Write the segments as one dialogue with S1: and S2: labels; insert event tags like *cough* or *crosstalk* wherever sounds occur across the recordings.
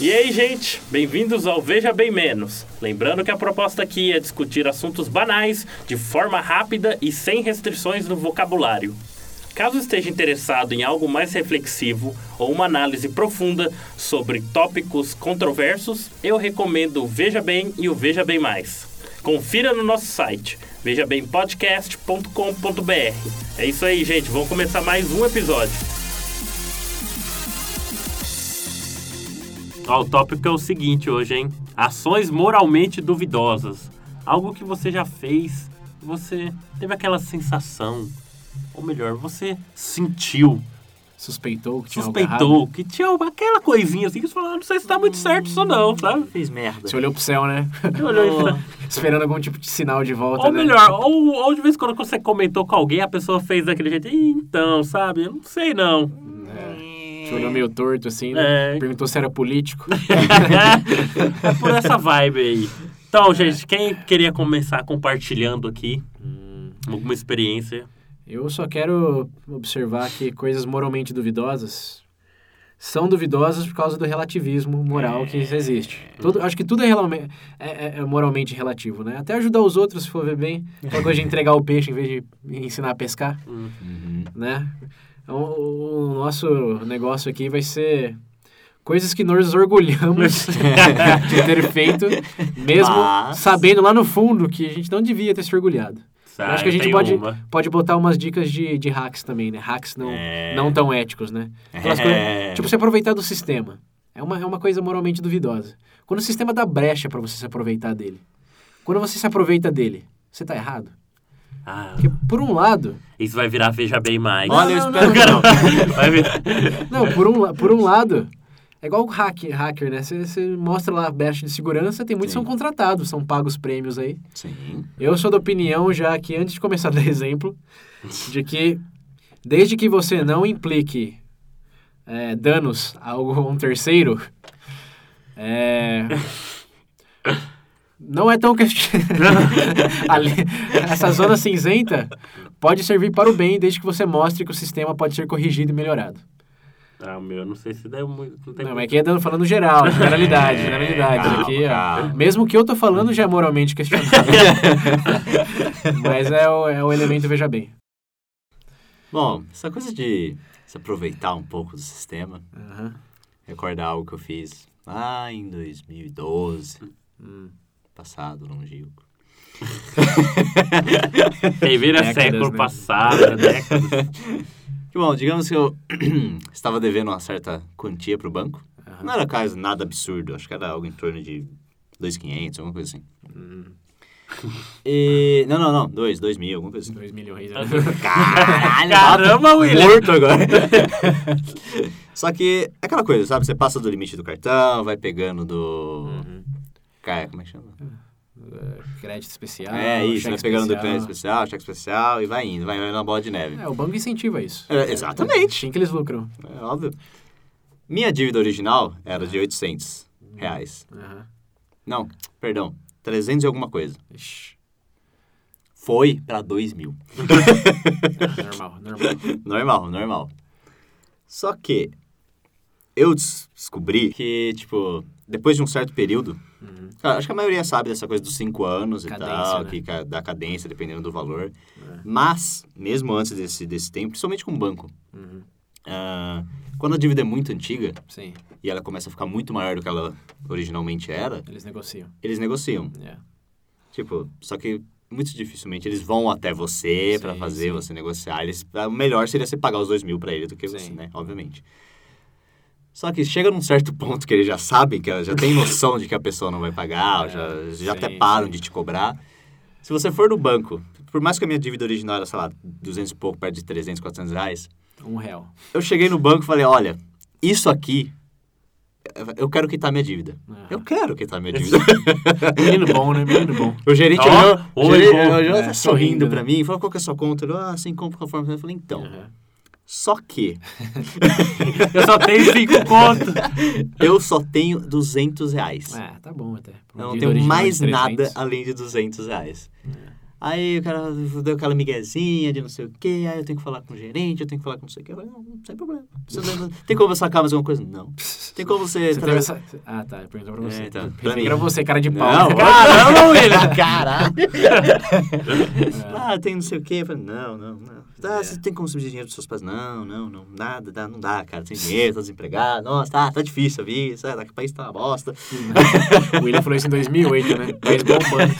S1: E aí, gente, bem-vindos ao Veja Bem Menos. Lembrando que a proposta aqui é discutir assuntos banais de forma rápida e sem restrições no vocabulário. Caso esteja interessado em algo mais reflexivo ou uma análise profunda sobre tópicos controversos, eu recomendo o Veja Bem e o Veja Bem Mais. Confira no nosso site vejabempodcast.com.br. É isso aí, gente, vamos começar mais um episódio. Ó, o tópico é o seguinte hoje, hein? Ações moralmente duvidosas. Algo que você já fez, você teve aquela sensação, ou melhor, você sentiu,
S2: Suspeitou que tinha algo errado.
S1: suspeitou que tinha uma- aquela coisinha assim que você falou, "Ah, não sei se tá muito certo isso ou não, sabe?
S3: Fez merda.
S2: Você olhou pro céu, né? *laughs*
S1: Você olhou e falou- então,
S2: Esperando algum tipo de sinal de volta,
S1: Ou
S2: né?
S1: melhor, ou, ou de vez em quando quando você comentou com alguém, a pessoa fez daquele jeito, "Ih, então, sabe? Eu não sei não.
S2: É. Te olhou meio torto, assim, né?
S1: É.
S2: Perguntou se era político.
S1: *laughs* é por essa vibe aí.
S2: É.
S1: Então, gente, quem queria começar compartilhando aqui alguma experiência?
S2: Hum. Eu só quero observar que coisas moralmente duvidosas são duvidosas por causa do relativismo moral que existe. Tudo, acho que tudo é, realme- é- é- é moralmente relativo, né? Até ajudar os outros, se for ver bem. Aquela coisa de entregar o peixe em vez de ensinar a pescar, né? Então, o, o nosso negócio aqui vai ser coisas que nós nos orgulhamos de ter feito, mesmo
S3: Mas-
S2: sabendo lá no fundo que a gente não devia ter se orgulhado.
S1: Ah,
S2: acho que a gente
S1: tem
S2: pode-
S1: uma.
S2: Pode botar umas dicas de, de hacks também, né? Hacks não,
S3: É.
S2: não tão éticos, né? Aquelas coisas- tipo, se aproveitar do sistema. É uma, é uma coisa moralmente duvidosa. Quando o sistema dá brecha pra você se aproveitar dele. Quando você se aproveita dele, você tá errado.
S1: Ah,
S2: Porque, por um lado...
S1: isso vai virar Veja Bem Mais.
S2: Olha, eu espero que
S1: não. Vai virar.
S2: Não, por um, la- por um lado... É igual o hack, hacker, né? Você- Você mostra lá a brecha de segurança, tem muitos que
S3: Sim.
S2: são contratados, são pagos prêmios aí.
S3: Sim.
S2: Eu sou da opinião, já que antes de começar a dar *laughs* exemplo, de que desde que você não implique é, danos a algo- a um *laughs* terceiro, é, não é tão *laughs* questionável. Essa zona cinzenta pode servir para o bem, desde que você mostre que o sistema pode ser corrigido e melhorado.
S1: Ah, meu, não sei se deu muito. Não tem
S2: Não, mas
S1: muito.
S2: aqui é dando- falando geral,
S3: *laughs* É,
S2: generalidade, generalidade.
S3: ah,
S2: aqui, ó. Mesmo que eu tô falando já é moralmente
S3: *laughs*
S2: questionável. Mas é o, é o elemento veja bem.
S3: Bom, essa coisa de se aproveitar um pouco do sistema,
S2: Aham.
S3: recordar algo que eu fiz lá em 2012,
S2: Hum.
S3: passado, longínquo.
S1: Tem vira
S2: é décadas,
S1: século
S2: né?
S1: passado, né? era década.
S3: Que bom, digamos que eu *clears throat* estava devendo uma certa quantia pro banco.
S2: Aham.
S3: Não era caso nada absurdo, acho que era algo em torno de 2.500, alguma coisa assim.
S2: Hum.
S3: E... Não, não, não, 2, 2 mil, alguma coisa assim.
S2: 2 milhões. né?
S3: *laughs* Caralho,
S1: Caramba, William!
S3: morto agora. *laughs* Só que é aquela coisa, sabe? Você passa do limite do cartão, vai pegando do. Cara, como é que chama?
S2: É, Crédito especial.
S3: é isso, vai
S2: cheque
S3: pegando do
S2: especial.
S3: crédito especial, cheque especial e vai indo, vai indo na bola de neve.
S2: É, o banco incentiva isso.
S3: É, exatamente.
S2: Sim que eles lucram.
S3: É óbvio. Minha dívida original era de 800 reais.
S2: Aham.
S3: Não, perdão, 300 e alguma coisa.
S2: Ixi,
S3: Foi pra 2 mil.
S2: é normal, normal.
S3: Normal, normal. Só que eu des- descobri que, tipo, depois de um certo período, cara, acho que a maioria sabe dessa coisa dos cinco anos e
S2: Uhum. Cadência,
S3: tal,
S2: né? É.
S3: que ca- dá cadência dependendo do valor. Mas, mesmo antes desse, desse tempo, principalmente com o banco,
S2: Uhum.
S3: ah, quando a dívida é muito antiga
S2: Sim,
S3: e ela começa a ficar muito maior do que ela originalmente era,
S2: eles negociam. é.
S3: eles negociam.
S2: Yeah.
S3: Tipo, só que muito dificilmente eles vão até você pra
S2: Sim,
S3: fazer
S2: sim.
S3: você negociar. Eles, o melhor seria você pagar os dois mil pra ele do que você,
S2: Sim.
S3: né? Obviamente. Só que chega num certo *laughs* ponto que eles já sabem, que ela já tem noção de que a pessoa não vai pagar,
S2: *laughs* É,
S3: já, já
S2: sim,
S3: até param
S2: sim.
S3: de te cobrar. Se você for no banco, por mais que a minha dívida original era, sei lá, 200 e pouco, perto de 300, 400 reais,
S2: Um real.
S3: eu cheguei no banco e falei, olha, isso aqui, eu quero quitar minha dívida.
S2: Aham.
S3: Eu quero quitar minha dívida.
S2: Menino bom, né? Menino bom.
S3: O gerente
S1: Ó,
S3: olhou, o
S1: oi,
S3: gerente
S1: bom.
S3: olhou,
S2: É,
S3: tá
S2: sorrindo,
S3: sorrindo
S2: né?
S3: pra mim, falou qual que é a sua conta? Ele falou, ah, sem compra conforme. Eu falei, então,
S1: É.
S2: Aham.
S3: só que
S1: Eu só tenho
S2: *laughs*
S1: cinco contos.
S3: eu só tenho 200 reais.
S2: Ah, tá bom até. Pra um
S3: eu não
S2: dívida
S3: tenho
S2: original de
S3: mais nada
S2: 300.
S1: É.
S3: além de 200 reais. Aí o cara deu aquela miguezinha de não sei o quê, aí eu tenho que falar com o gerente, eu tenho que falar com não sei o quê. Eu falei, não, sem problema. Você não- tem como você sacar mais alguma coisa? Não. Tem como você...
S2: Você
S3: tra-
S2: teve essa... Ah, tá. Eu perguntou pra você.
S3: É, então,
S2: Eu
S3: pra
S2: pensei
S3: mim.
S2: que Era você, cara de pau.
S3: Não, *laughs* ah, não, William! Caralho!
S2: *laughs* É.
S3: Ah, tem não sei o quê. Eu falei, não, não, não. Tá,
S2: É.
S3: você tem como subir dinheiro dos seus pais? Não, não, não. Nada, dá, não dá, cara. Tem dinheiro, tá desempregado. Nossa, tá, tá difícil a vida. sabe, Daqui o país tá uma bosta. *laughs*
S2: O William falou isso em 2008, né? Mas bombando.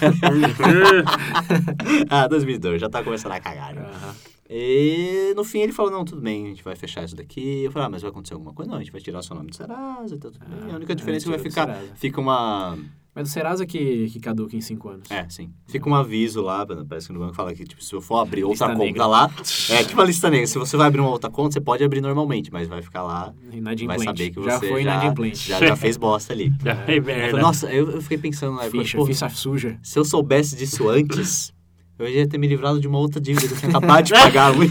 S3: ah, 2002, já tá começando a cagar. já.
S2: Aham.
S3: E no fim ele falou, não, tudo bem, a gente vai fechar isso daqui. Eu falei, ah, mas vai acontecer alguma coisa? Não, a gente vai tirar seu nome do Serasa e tá tudo bem. A única
S2: é,
S3: diferença é que vai
S2: tira do
S3: ficar...
S2: Serasa.
S3: Fica uma...
S2: Mas o Serasa que, que caduca em 5 anos.
S3: É, sim. Fica um aviso lá, parece que no banco fala que tipo, se eu for abrir outra
S2: Lista
S3: conta
S2: negra.
S3: lá... É, tipo uma lista negra. Se você vai abrir uma outra conta, você pode abrir normalmente, mas vai ficar lá... Vai
S2: Inadimplente.
S3: saber que
S2: já
S3: você
S2: foi
S3: já, *laughs*
S2: inadimplente.
S3: já, já fez bosta ali.
S1: Ei,
S3: Eu
S1: merda.
S3: falei, Nossa, eu, eu fiquei pensando na época,
S2: Ficha,
S3: pô,
S2: ficha suja.
S3: se eu soubesse disso *laughs* antes, eu ia ter me livrado de uma outra dívida que eu tinha acabado de pagar *laughs* uma.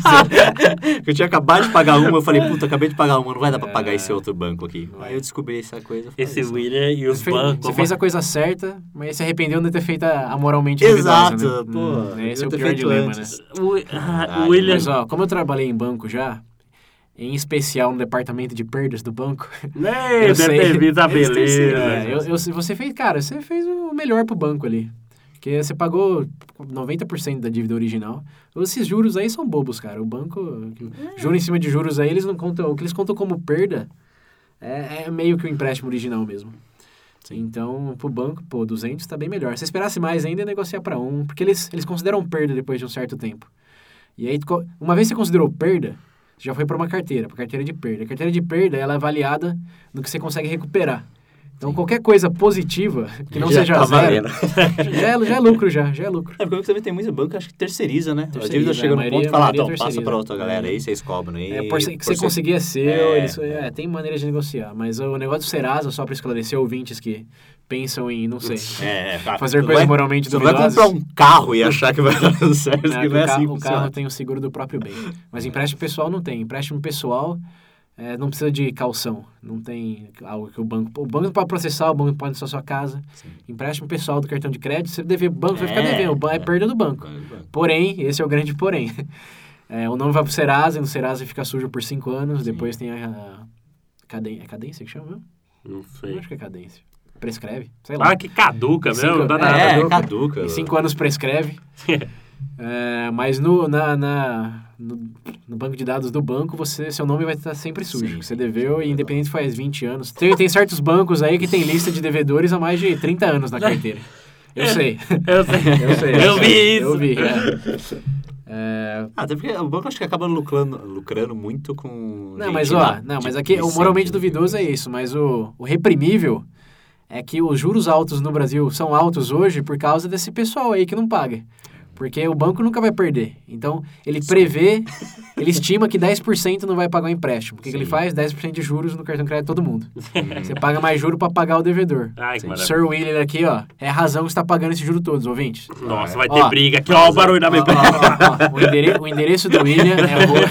S3: eu tinha acabado de pagar uma, eu falei, puta, acabei de pagar uma, não vai dar pra pagar esse outro banco aqui. É. Aí eu descobri essa coisa. eu falei,
S1: Esse
S3: "Isso".
S1: William e os
S2: Você fez,
S1: bancos.
S2: você fez a coisa certa, mas se arrependeu de ter feito a, a moralmente
S3: Exato,
S2: duvidosa, né?
S3: pô,
S2: Hum, esse é
S3: devia
S2: o
S3: ter
S2: pior
S3: feito
S2: dilema,
S3: antes.
S2: né?
S1: Wi- ah,
S3: Caralho,
S1: William.
S2: Mas ó, como eu trabalhei em banco já, em especial no departamento de perdas do banco,
S1: Né,
S2: eu
S1: deve ter
S2: sei.
S1: visto a
S3: Eles têm sido,
S1: beleza.
S2: é, eu- eu- você fez, cara, você fez o melhor pro banco ali. Porque você pagou 90% da dívida original. Esses juros aí são bobos, cara. O banco. Juro em cima de juros aí, eles não contam. O que eles contam como perda é, é meio que o empréstimo original mesmo. Então, pro banco, pô, 200 tá bem melhor. Se esperasse mais ainda, ia negociar pra um. Porque eles, eles consideram perda depois de um certo tempo. E aí, co- uma vez que você considerou perda, você já foi pra uma carteira, pra carteira de perda. A carteira de perda, ela é avaliada no que você consegue recuperar. Então, qualquer coisa positiva, que não
S3: Já
S2: seja
S3: tá
S2: zero,
S3: valendo.
S2: *laughs* já é, já é lucro, já, já é lucro.
S3: É porque também tem muito banco, que acho que terceiriza, né? a
S2: Terceiriza,
S3: dívida
S2: é,
S3: chega
S2: a
S3: no
S2: maioria-
S3: ponto e fala, ah,
S2: a maioria
S3: então passa pra
S2: terceiriza.
S3: outra galera aí, vocês cobram né? aí.
S2: É, por que você
S3: porcent-
S2: conseguir é seu,
S3: É.
S2: eles- é, tem maneira de negociar. Mas o negócio do Serasa, só pra esclarecer ouvintes que pensam em, não sei,
S3: É, é, tá.
S2: fazer
S3: Tu
S2: coisas
S3: vai-
S2: moralmente
S3: Tu vai
S2: duvidosas.
S3: comprar um carro e achar que vai *laughs* dar tudo certo,
S2: Ah,
S3: que
S2: que
S3: não é
S2: o, ca-
S3: assim que
S2: o
S3: funciona.
S2: carro tem o seguro do próprio bem. Mas empréstimo pessoal não tem. Empréstimo pessoal eh, não precisa de calção. Não tem algo que o banco. O banco pode processar, o banco pode processar sua casa. Empréstimo pessoal do cartão de crédito, você dever, o banco vai ficar
S3: É,
S2: devendo. O ban-
S3: é.
S2: é perda do banco. Porém, esse é o grande porém. *laughs* Eh, o nome vai pro Serasa, e no Serasa fica sujo por cinco anos, depois tem a. Cadência, é cadência que chama? mesmo?
S1: Não
S2: Eu
S1: sei.
S2: acho que é cadência. Prescreve? Sei lá.
S1: Ah, que caduca,
S2: Cinco-
S1: meu. Não dá
S2: é,
S1: nada.
S3: É,
S2: caduca.
S3: caduca.
S2: Em cinco anos prescreve. É, mas no, na, na- no, no banco de dados do banco, você, seu nome vai estar sempre sujo.
S3: Sim,
S2: você
S3: sim,
S2: deveu
S3: sim,
S2: e independente faz 20 anos. Tem, tem certos bancos aí que tem lista de devedores há mais de 30 anos na carteira. Eu sei.
S1: Eu sei.
S2: *laughs* Eu sei.
S1: Eu vi isso.
S2: Eu vi. é. É,
S3: Ah, até porque o banco acho que acaba lucrando, lucrando muito com.
S2: Não,
S3: gente
S2: mas
S3: lá,
S2: ó, não, mas
S3: tipo,
S2: aqui o
S3: inocente,
S2: moralmente
S3: né?
S2: duvidoso é isso, mas o, o reprimível é que os juros altos no Brasil são altos hoje por causa desse pessoal aí que não paga. Porque o banco nunca vai perder. Então, ele prevê,
S1: *laughs*
S2: ele estima que 10% não vai pagar o empréstimo. O que, que ele
S3: Sim.
S2: faz? 10% de juros no cartão de crédito de todo mundo. Você paga mais juro para pagar o devedor.
S1: Ai, que maravilha.
S2: Sir William aqui, ó, é a razão que está pagando esse juro
S1: *laughs*
S2: todos, ouvintes.
S1: Nossa, vai ter
S2: Ó,
S1: briga aqui. Ó, o barulho da
S2: Ó,
S1: minha *laughs*
S2: ó, ó, ó, o, endere- o endereço do William é rua.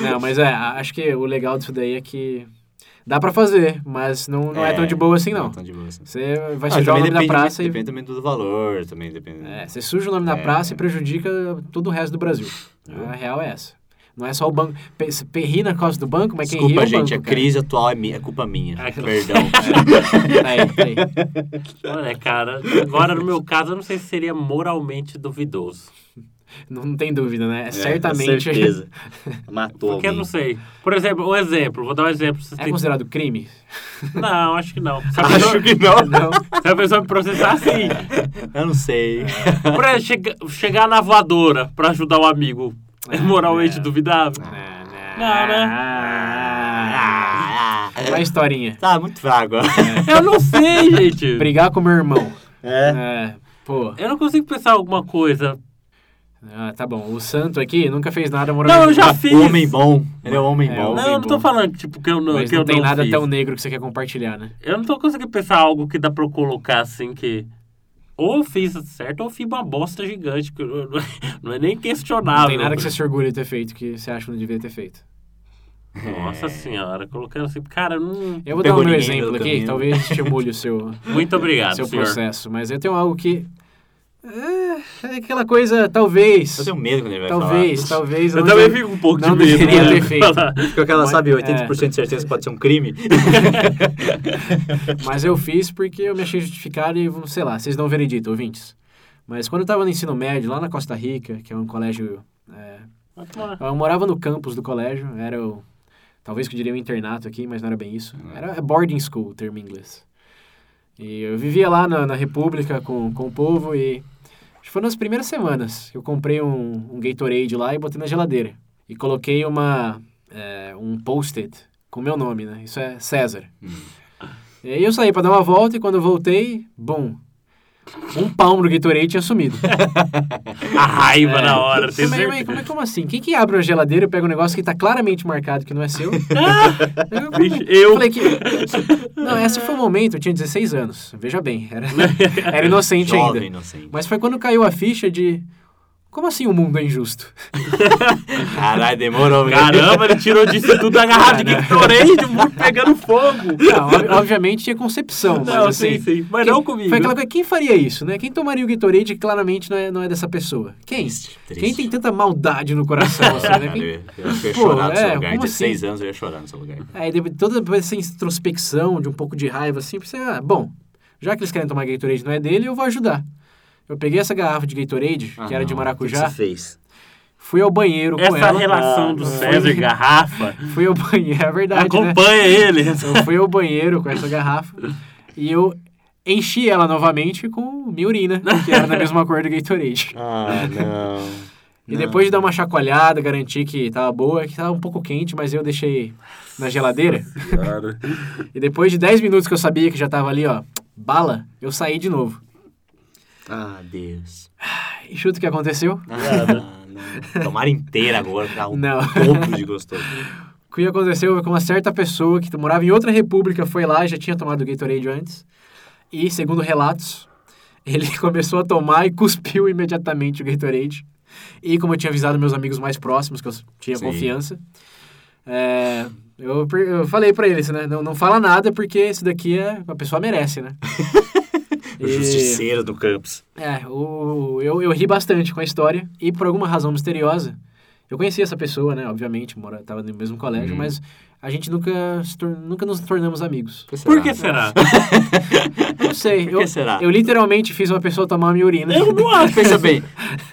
S2: Não, mas é, a- acho que o legal disso daí é que dá pra fazer, mas não, não é, tão de boa assim,
S3: Não
S2: não.
S3: é tão de boa assim.
S2: Você vai
S3: Ah,
S2: sujar o nome
S3: também
S2: da
S3: depende-
S2: praça e...
S3: Depende também do valor, também depende.
S2: É, você suja o nome da
S3: É.
S2: praça e prejudica todo o resto do Brasil. A real é essa. Não é só o banco. Pe- se Perri na causa do banco, mas quem ri é o
S3: Desculpa, gente,
S2: banco,
S3: a crise atual é, minha, é culpa minha.
S1: Ah, claro.
S3: Perdão.
S2: cara. Tá *laughs* aí, tá aí.
S1: Olha, cara, agora no meu caso, eu não sei se seria moralmente duvidoso.
S2: Não, não tem dúvida, né? *laughs* É,
S3: com
S2: certamente...
S3: certeza. Matou.
S1: Porque eu não
S3: alguém.
S1: sei. Por exemplo, um exemplo, vou dar um exemplo. Vocês
S2: *laughs* É
S1: têm-
S2: considerado
S3: *laughs*
S2: crime?
S1: Não, acho que não.
S2: *laughs*
S1: Se a pessoa,
S3: *laughs* Acho que não.
S2: Não.
S1: se a pessoa me processar, sim.
S2: *laughs*
S3: Eu não sei.
S1: Por exemplo, chega- chegar na voadora pra ajudar um amigo é moralmente
S2: É.
S1: duvidável. Não, né?
S3: Ah, ah,
S2: Uma historinha.
S3: Tá muito fraco.
S2: é.
S1: Eu não
S2: *laughs*
S1: sei, gente.
S2: Brigar com meu irmão.
S3: É.
S2: É, pô...
S1: Eu não consigo pensar alguma coisa.
S2: Ah, tá bom. O santo aqui nunca fez nada moralmente.
S1: Não, eu já
S2: duvidoso.
S1: fiz.
S3: Homem bom. Ele é homem
S2: Tá É,
S3: bom.
S2: homem
S1: Não, eu não tô
S2: bom.
S1: falando, tipo, que eu não,
S2: Mas
S1: que
S2: não
S1: eu
S2: tem nada
S1: fiz.
S2: tão negro que você quer compartilhar, né?
S1: Eu não tô conseguindo pensar algo que dá pra eu colocar assim que. Ou eu fiz certo ou eu fiz uma bosta gigante. Que eu- *laughs* não é nem questionável.
S2: não tem nada que você É. se orgulhe de ter feito que você acha que não devia ter feito.
S1: Nossa senhora, colocando assim. Cara, eu não.
S2: Eu vou
S3: Pegou
S2: dar um meu
S3: ninguém
S2: exemplo
S3: pelo
S2: aqui,
S3: caminho.
S2: talvez estimule o seu,
S1: Muito *laughs* obrigado,
S2: seu
S1: senhor.
S2: processo. Mas eu tenho algo que. É, é aquela coisa, talvez.
S3: Eu tenho medo quando ele vai
S2: Talvez,
S3: falar.
S2: talvez.
S1: Eu
S2: não
S1: também
S2: de-
S1: fico um pouco
S2: não
S1: de medo.
S2: deveria
S1: né?
S2: ter feito.
S3: Porque aquela,
S2: Mas-
S3: sabe,
S2: é.
S3: 80% de certeza que pode ser um
S2: *laughs*
S3: crime.
S2: Mas eu fiz porque eu me achei justificado e, sei lá, vocês dão um veredito, ouvintes. Mas quando eu tava no ensino médio, lá na Costa Rica, que é um colégio. é,
S1: Vai tomar.
S2: eu morava no campus do colégio, era o. Talvez que eu diria um internato aqui, mas não era bem isso. Era boarding school, o termo em inglês. E eu vivia lá na, na República com, com o povo e. Acho que foi nas primeiras semanas que eu comprei um, um Gatorade lá e botei na geladeira. E coloquei uma. é, um post-it com meu nome, né? Isso é César. E aí eu saí pra dar uma volta e quando eu voltei, bum! Um palmo do Gatorade tinha sumido.
S1: A raiva
S2: É.
S1: na hora, tem
S2: Mas, mas,
S1: certeza.
S2: como, é- como assim? Quem que abre uma geladeira e pega um negócio que tá claramente marcado que não
S1: *laughs*
S2: é seu? eu, como-
S1: Vixe, eu.
S2: falei que... Não, esse foi o momento, eu tinha 16 anos. Veja bem,
S1: *laughs*
S2: era, era inocente
S3: Jovem,
S2: ainda.
S3: inocente.
S2: Mas foi quando caiu a ficha de... Como assim o mundo
S1: *laughs*
S2: é injusto?
S3: Caralho,
S2: *laughs*
S3: demorou, velho.
S1: Caramba, ele tirou disso tudo a garrafa de Gatorade, o mundo pegando fogo.
S2: Não, ob- obviamente tinha concepção, mas
S1: Não,
S2: assim...
S1: sim, sim. Mas
S2: quem-
S1: não comigo.
S2: Foi aquela coisa, quem faria isso, né? Quem tomaria o Gatorade que claramente não é, não é dessa pessoa? Quem?
S3: Triste, triste.
S2: Quem
S3: *laughs*
S2: tem tanta maldade no coração, assim, né?
S3: Cara,
S2: Quem-
S3: eu, eu acho que eu ia
S2: Pô,
S3: chorar no seu
S2: é,
S3: lugar.
S2: como
S3: 16 anos eu ia chorar no seu lugar.
S2: Aí depois, toda depois essa introspecção de um pouco de raiva, assim, você, ah, bom, já que eles querem tomar Gatorade e não é dele, eu vou ajudar. Eu peguei essa garrafa de Gatorade, que era de
S3: Ah,
S2: maracujá,
S3: fez?
S2: fui ao banheiro com
S1: Essa
S2: ela.
S1: relação do
S2: Fui-
S1: César e Garrafa
S2: Fui ao banheiro, *laughs* é verdade, né?
S1: acompanha ele.
S2: Eu fui ao banheiro com essa garrafa e eu enchi ela novamente com minha urina, que era da mesma cor do Gatorade. *laughs*
S3: Ah, não.
S2: E depois de dar uma chacoalhada, garantir que tava boa, que tava um pouco quente, mas eu deixei na geladeira. E depois de 10 minutos que eu sabia que já tava ali, ó, bala, eu saí de novo.
S3: Ah, Deus.
S2: E chuta o que aconteceu?
S3: Ah, não. Tomara inteira agora, tá um
S2: Não.
S3: pouco
S2: *laughs*
S3: de gostoso.
S2: O que aconteceu foi que uma certa pessoa que morava em outra república foi lá e já tinha tomado Gatorade antes. E, segundo relatos, *laughs* ele começou a tomar e cuspiu imediatamente o Gatorade. E, como eu tinha avisado meus amigos mais próximos, que eu tinha
S3: Sim.
S2: confiança, é, eu, per- eu falei pra eles, né? Não, não fala nada porque isso daqui é, a pessoa merece, né?
S3: O justiceiro do campus.
S2: É, o, eu, eu ri bastante com a história e por alguma razão misteriosa. Eu conheci essa pessoa, né? Obviamente, mora, tava no mesmo colégio,
S3: Uhum.
S2: mas a gente nunca, se tor- nunca nos tornamos amigos.
S1: Por que será?
S2: Eu não sei.
S1: *laughs*
S3: Por
S2: eu,
S3: que será?
S2: eu literalmente fiz uma pessoa tomar minha urina. *laughs* né,
S1: Eu não acho.
S3: *laughs* Pensa bem,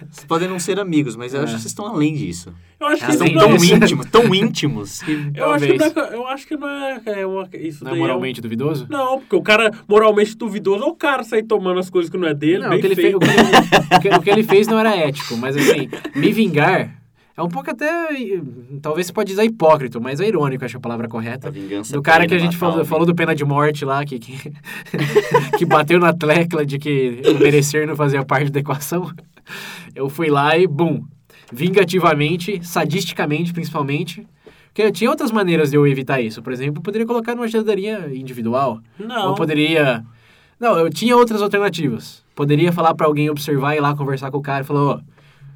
S3: vocês podem não ser amigos, mas eu acho que vocês estão além disso.
S1: Eu acho que
S2: Além
S1: isso
S2: É. Ah, *laughs* Sim,
S3: Vocês são tão
S1: não.
S2: disso.
S3: íntimos,
S2: *laughs*
S3: tão íntimos, que
S1: é um Eu acho, que não
S2: Talvez.
S1: é, eu acho que não é. é uma- isso
S2: Não é
S1: daí
S2: moralmente duvidoso?
S1: um- Não, porque o cara moralmente duvidoso é o cara sair tomando as coisas que não é dele.
S2: Não,
S1: bem
S2: o que, ele fez,
S1: feito.
S2: o, que ele, o que- o que ele fez não era ético, mas assim, me vingar é um pouco até. Talvez você pode dizer hipócrita, mas é irônico, acho a palavra correta.
S3: a vingança
S2: Do cara que a
S3: plena,
S2: gente
S3: matar
S2: falou,
S3: alguém.
S2: falou do pena de morte lá, que, *laughs* que, que bateu na tecla de que o merecer não fazia parte da equação. Eu fui lá e, bum, vingativamente, sadisticamente principalmente. Porque tinha outras maneiras de eu evitar isso. Por exemplo, eu poderia colocar numa geladaria individual.
S1: Não.
S2: Ou poderia. Não, eu tinha outras alternativas. Poderia falar pra alguém observar e ir lá conversar com o cara e falar: ó,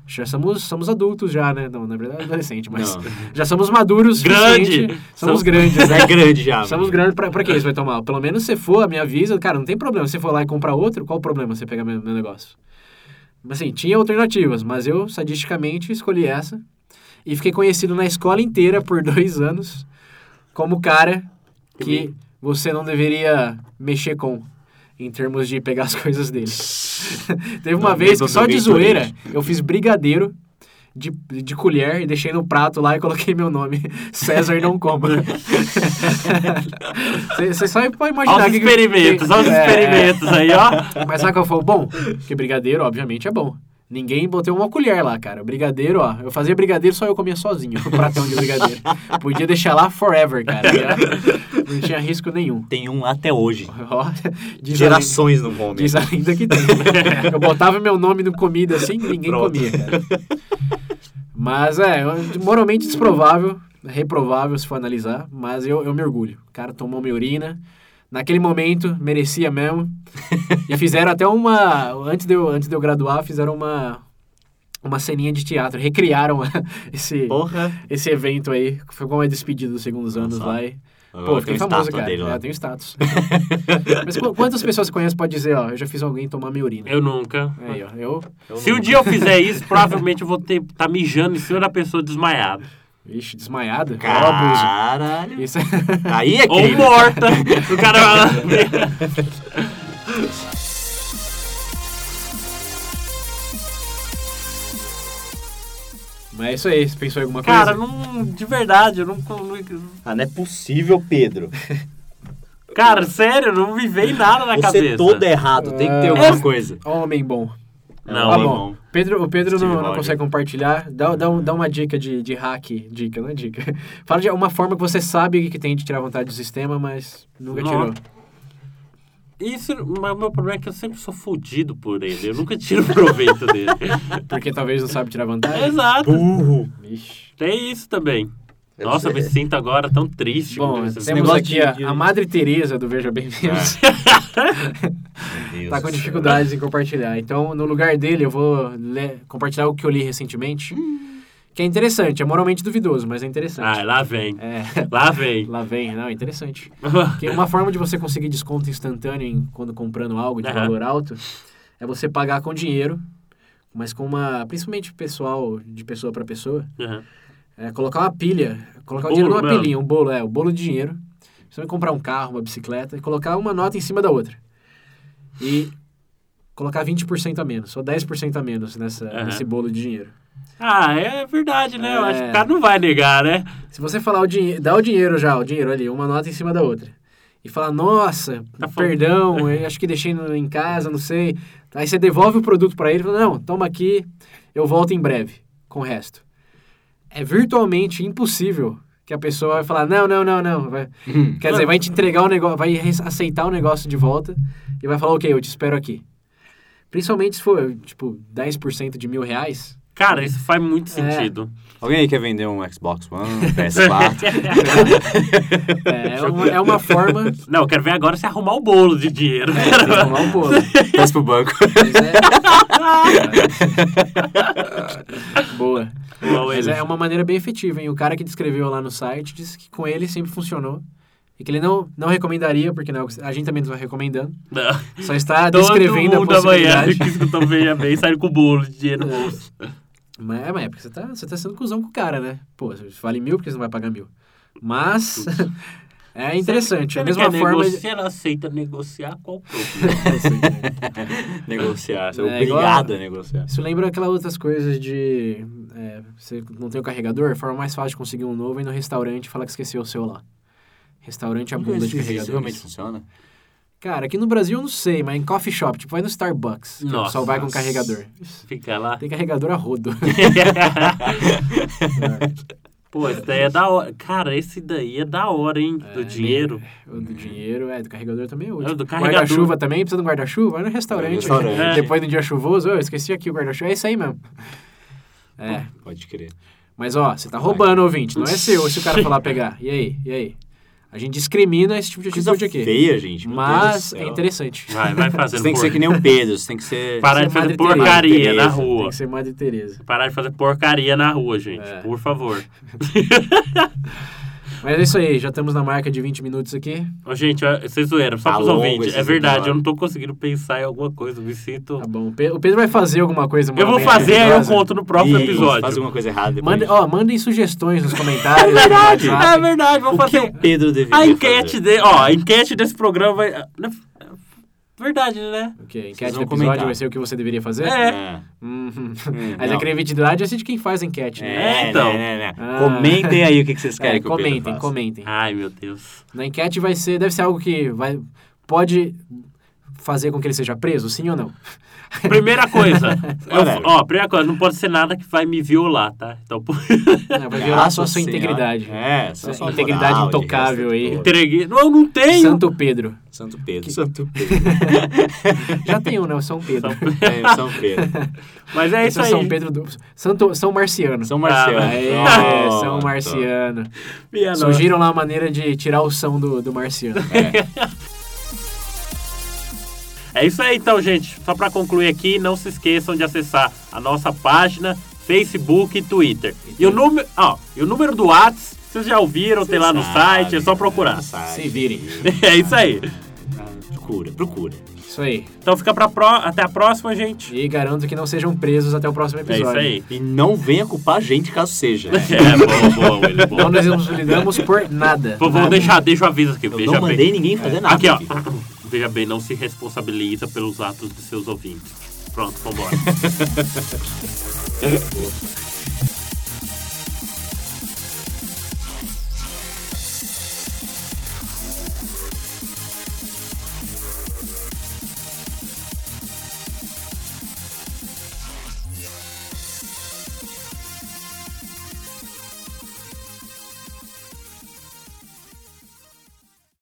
S2: já somos, somos adultos já, né? Não, na verdade, adolescente, mas.
S3: Não.
S2: Já somos maduros. o
S1: Grande.
S2: suficiente.
S1: Somos-
S2: Somos grandes, né?
S3: Mas *laughs* é *laughs* grande já.
S2: Somos grandes, pra, pra que isso vai tomar? Pelo menos você for, me avisa. Cara, não tem problema. Se for lá e comprar outro, qual o problema você pegar meu, meu negócio? Mas assim, tinha alternativas, mas eu sadisticamente escolhi essa. E fiquei conhecido na escola inteira por *laughs* dois anos como o cara que você não deveria mexer com. Em termos de pegar as *laughs* coisas dele. Teve uma
S3: Não,
S2: vez
S3: mesmo
S2: que só
S3: no
S2: de
S3: Gatorade.
S2: zoeira eu fiz brigadeiro de, de colher e deixei no prato lá e coloquei meu nome. *laughs* César não coma. Você só pode imaginar.
S1: Olha os
S2: que-
S1: experimentos,
S2: que-
S1: olha os
S2: é,
S1: experimentos aí, ó.
S2: é. Mas sabe qual foi o bom? Que brigadeiro, obviamente, é bom. Ninguém botou uma colher lá, cara. Brigadeiro, ó. Eu fazia brigadeiro, só eu comia sozinho. Um pratão de brigadeiro. Podia deixar lá
S1: *laughs*
S2: forever, cara. Era- Não tinha risco nenhum.
S3: Tem um até hoje.
S2: Ó, *laughs* diz a lenda-
S3: Gerações no homem.
S2: Diz a lenda que tem. né? Eu botava meu nome no comida assim, ninguém
S3: Pronto.
S2: comia, cara. Mas é, moralmente desprovável, reprovável se for analisar, mas eu, eu me orgulho. O cara tomou minha urina. Naquele momento, merecia mesmo. E fizeram até uma. Antes de eu, antes de eu graduar, fizeram uma. uma ceninha de teatro. Recriaram *laughs* esse,
S3: Porra.
S2: esse evento aí. que Foi como é despedida dos segundos anos
S3: Nossa.
S2: lá. E... Pô,
S3: Agora tem
S2: fiquei
S3: um
S2: famoso,
S3: estátua
S2: cara.
S3: dele lá.
S2: É, tem
S3: *laughs*
S2: status. Mas qu- quantas pessoas que conhecem pode dizer, ó, eu já fiz alguém tomar minha urina?
S1: Eu nunca.
S2: Aí, ó, É, eu...
S1: Se um dia eu fizer isso, provavelmente eu vou ter tá mijando em cima da pessoa
S2: *laughs*
S1: desmaiada.
S2: Vixe, desmaiado? Ó, abuso.
S3: Caralho.
S2: Isso *laughs*
S3: Aí é
S1: Ou
S3: crime.
S1: morta. O cara vai lá.
S2: *laughs* Mas é isso aí, você pensou em alguma coisa?
S1: Cara, não, de verdade, eu não, não-
S3: Ah, não é possível, Pedro.
S1: Cara, sério, não me veio nada na
S3: Você
S1: cabeça.
S3: todo errado, tem
S2: É.
S3: que ter alguma coisa.
S2: Homem bom.
S1: Não,
S2: tá
S1: homem
S2: bom. Pedro, o Pedro
S3: Steve
S2: não, não
S3: Rogers.
S2: consegue compartilhar. Dá, dá, um- dá uma dica de, de hack. Dica, não é dica. *laughs* Fala de uma forma que você sabe que tem de tirar vontade do sistema, mas nunca
S1: Não.
S2: tirou.
S1: Isso, mas o meu problema é que eu sempre sou fudido por ele. Eu nunca tiro *laughs* proveito
S3: *laughs*
S1: dele.
S2: Porque talvez não sabe tirar vantagem.
S1: Exato.
S3: Burro.
S2: Vixe.
S1: Tem isso também.
S3: Eu
S1: Nossa, eu
S3: sei.
S1: me sinto agora tão triste.
S2: Bom,
S1: com isso.
S2: temos
S3: negócio
S2: aqui
S3: de-
S2: a,
S3: de-
S2: a Madre Teresa do Veja Bem Menos. tá com dificuldades em compartilhar. Então, no lugar dele, eu vou ler- compartilhar o que eu li recentemente. Que é interessante, é moralmente duvidoso, mas é
S1: Hum. Ah,
S2: interessante.
S1: lá vem.
S2: É, *laughs*
S1: Lá vem.
S2: lá vem, não, é
S1: *laughs*
S2: interessante. Porque uma forma de você conseguir desconto instantâneo em- quando comprando algo de
S1: Aham.
S2: valor alto é você pagar com dinheiro, mas com uma. Principalmente pessoal, de pessoa para pessoa.
S1: Aham.
S2: é, colocar uma pilha. Colocar
S1: Bolo,
S2: o dinheiro numa
S1: mano.
S2: pilhinha, um bolo, é, o bolo de dinheiro. Você vai comprar um carro, uma bicicleta, e colocar uma nota em cima da outra. E colocar 20% a menos, ou 10% a menos nessa,
S1: Aham.
S2: nesse bolo de dinheiro.
S1: Ah, é verdade, né? Eu acho que
S2: É.
S1: o cara não vai negar, né?
S2: Se você falar o dinheiro, dá o dinheiro já, o dinheiro ali, uma nota em cima da outra. E falar, nossa,
S1: Tá faltando.
S2: perdão, eu acho que deixei no- em casa, não sei. Aí você devolve o produto pra ele e fala, não, toma aqui, eu volto em breve com o resto. É virtualmente impossível que a pessoa vai falar, não, não, não, não. Vai-
S1: Hum.
S2: quer dizer, vai te entregar o negócio, vai res- aceitar o negócio de volta e vai falar, ok, eu te espero aqui. Principalmente se for, tipo, 10% de mil reais.
S1: Cara, isso faz
S2: É.
S1: muito sentido.
S3: Alguém aí quer vender um Xbox One, um
S2: *laughs*
S3: PS4?
S2: É, é uma, é uma forma
S1: *laughs*
S2: de
S1: Não, eu quero ver agora se arrumar o bolo de dinheiro. né?
S2: tomar um bolo.
S3: Peço pro banco.
S2: Mas
S1: *laughs*
S2: é- Boa.
S1: Igual
S2: Mas
S1: ele.
S2: é uma maneira bem efetiva, hein? O cara que descreveu lá no site disse que com ele sempre funcionou. E que ele não, não recomendaria, porque não, é o que- a gente também não está recomendando.
S1: Não.
S2: Só está
S1: Todo
S2: tá descrevendo a
S1: mundo amanhã
S2: possibilidade.
S1: que escutou Veja Bem saiu com o bolo de dinheiro. no bolso.
S2: Mas é, mas é porque você tá, você tá sendo cuzão com o cara, né? Pô, você vale mil porque você não vai pagar mil. Mas *laughs* é interessante.
S1: Você
S2: A
S1: não
S2: mesma
S1: quer
S2: forma. *laughs* né?
S1: Negociar, é ela aceita negociar qual o problema.
S3: negociar, você é
S2: É, igual-
S3: obrigado a negociar.
S2: Isso lembra aquelas outras coisas de. é, você não tem o carregador? A forma mais fácil de conseguir um novo é ir no restaurante e falar que esqueceu o seu lá. Restaurante abunda de carregadores.
S3: realmente funciona?
S2: Cara, aqui no Brasil eu não sei, mas em coffee shop, tipo, vai no Starbucks. que
S1: Nossa.
S2: Só vai com carregador.
S1: Fica lá.
S2: Tem carregador a rodo. *laughs*
S1: Pô, esse daí é da hora. Cara, esse daí é da hora, hein? do dinheiro.
S2: O do dinheiro, é, do carregador também é útil.
S1: Uhum. É, do carregador.
S2: Guarda-chuva também, precisa de um guarda-chuva? Vai no restaurante.
S3: restaurante.
S1: É.
S2: Depois do dia chuvoso, eu esqueci aqui o guarda-chuva. É isso aí mesmo. É.
S3: Pode crer.
S2: Mas ó, você tá roubando, ouvinte. Não é seu se o cara falar pegar. E aí? E aí? A gente discrimina esse tipo de
S3: Coisa
S2: atitude aqui.
S3: é feia, gente. meu Deus do
S2: Mas
S3: céu.
S2: é interessante.
S1: Vai, vai fazendo
S3: Você tem que ser
S1: por-
S3: que nem o Pedro, você tem que ser...
S1: Parar de
S2: Você é
S1: fazer
S2: Madre Teresa.
S1: porcaria
S3: Teresa,
S1: na
S2: Tem
S1: rua.
S2: que ser Madre Teresa.
S1: Parar de fazer porcaria na rua, gente.
S2: É.
S1: Por favor.
S2: Mas é isso aí, já estamos na marca de 20 minutos aqui.
S1: Ô, gente, ó, vocês zoeram. Só
S3: Tá
S1: pros
S3: longo
S1: ouvintes.
S3: esse
S1: É verdade,
S3: episódio.
S1: eu não tô conseguindo pensar em alguma coisa. Me sinto...
S2: Tá bom. Pe- O Pedro vai fazer alguma coisa
S1: Eu vou
S2: moralmente
S1: fazer, aí eu
S2: duvidosa.
S1: conto no próxrio
S3: Ih,
S1: episódio.
S3: um Faz um alguma coisa errada depois.
S2: Mande, ó, mandem sugestões nos comentários.
S1: É verdade,
S2: no WhatsApp.
S1: é verdade. Vou
S3: um O que
S1: fazer...
S3: o Pedro deveria
S1: A enquete
S3: fazer?
S1: de, ó, a enquete desse programa vai. ah, é Verdade, né?
S2: Ok, a enquete
S3: Vocês
S2: do
S3: vão
S2: episódio
S3: comentar.
S2: vai ser o que você deveria fazer?
S1: É.
S3: É. *laughs*
S2: Uhum.
S3: Hum,
S2: Mas a
S3: não.
S2: credibilidade é de quem faz a enquete, né?
S1: É,
S3: É,
S1: então.
S3: então. Né, né, né.
S2: Ah.
S3: Comentem aí o que que vocês
S2: É,
S3: querem que o Pedro
S2: comentem,
S3: faça.
S2: comentem.
S1: Ai, meu Deus.
S2: Na enquete vai ser, deve ser algo que vai, pode fazer com que ele seja preso, sim ou
S1: *laughs*
S2: não?
S1: Primeira
S2: *laughs*
S1: coisa. eu-
S3: Whatever.
S1: ó, primeira coisa, não pode ser nada que vai me violar, tá? Então, por-
S2: Não, vai violar só a sua
S3: Nossa Senhora.
S2: integridade.
S3: Ah, É, só
S2: Sua
S3: sua
S2: integridade
S3: moral, de
S2: intocável aí.
S3: respeito.
S1: *laughs* entreguei. Não, não tenho.
S2: Santo Pedro.
S3: Santo Pedro. Santo Pedro.
S2: Já tem um, né? O São Pedro.
S1: São-
S3: É, São Pedro.
S1: Mas é isso
S2: Esse
S1: aí.
S2: São Pedro do... Santo, São Marciano.
S3: São Marciano.
S2: Aê,
S3: Pronto.
S2: é, São Marciano.
S1: Minha nossa.
S2: Surgiram lá uma maneira de tirar o som do, do Marciano.
S3: É.
S1: É isso aí então, gente. Só para concluir aqui, não se esqueçam de acessar a nossa página, Facebook e Twitter. E o número, ó, e o número do Whats, vocês já ouviram, tem lá no site, é só
S2: né?
S1: procurar.
S2: Se virem.
S3: *laughs*
S1: *laughs* É isso aí.
S3: Ah, Procura, procura.
S2: Isso aí.
S1: Então fica pra pró até a próxima, gente.
S2: E garanto que não sejam presos até o próximo
S1: É isso
S2: episódio.
S1: aí.
S3: E não venha culpar a gente caso seja. né?
S1: É, boa, boa, Willy, boa.
S2: Não Então nos responsabilizamos por nada.
S1: Vou, vou
S2: Nada.
S1: deixar, *laughs* deixa o aviso aqui.
S3: Eu
S1: veja
S3: não
S1: bem.
S3: mandei ninguém fazer nada.
S1: Aqui, ó. Veja bem, não se responsabiliza pelos atos de seus ouvintes. Pronto, vambora.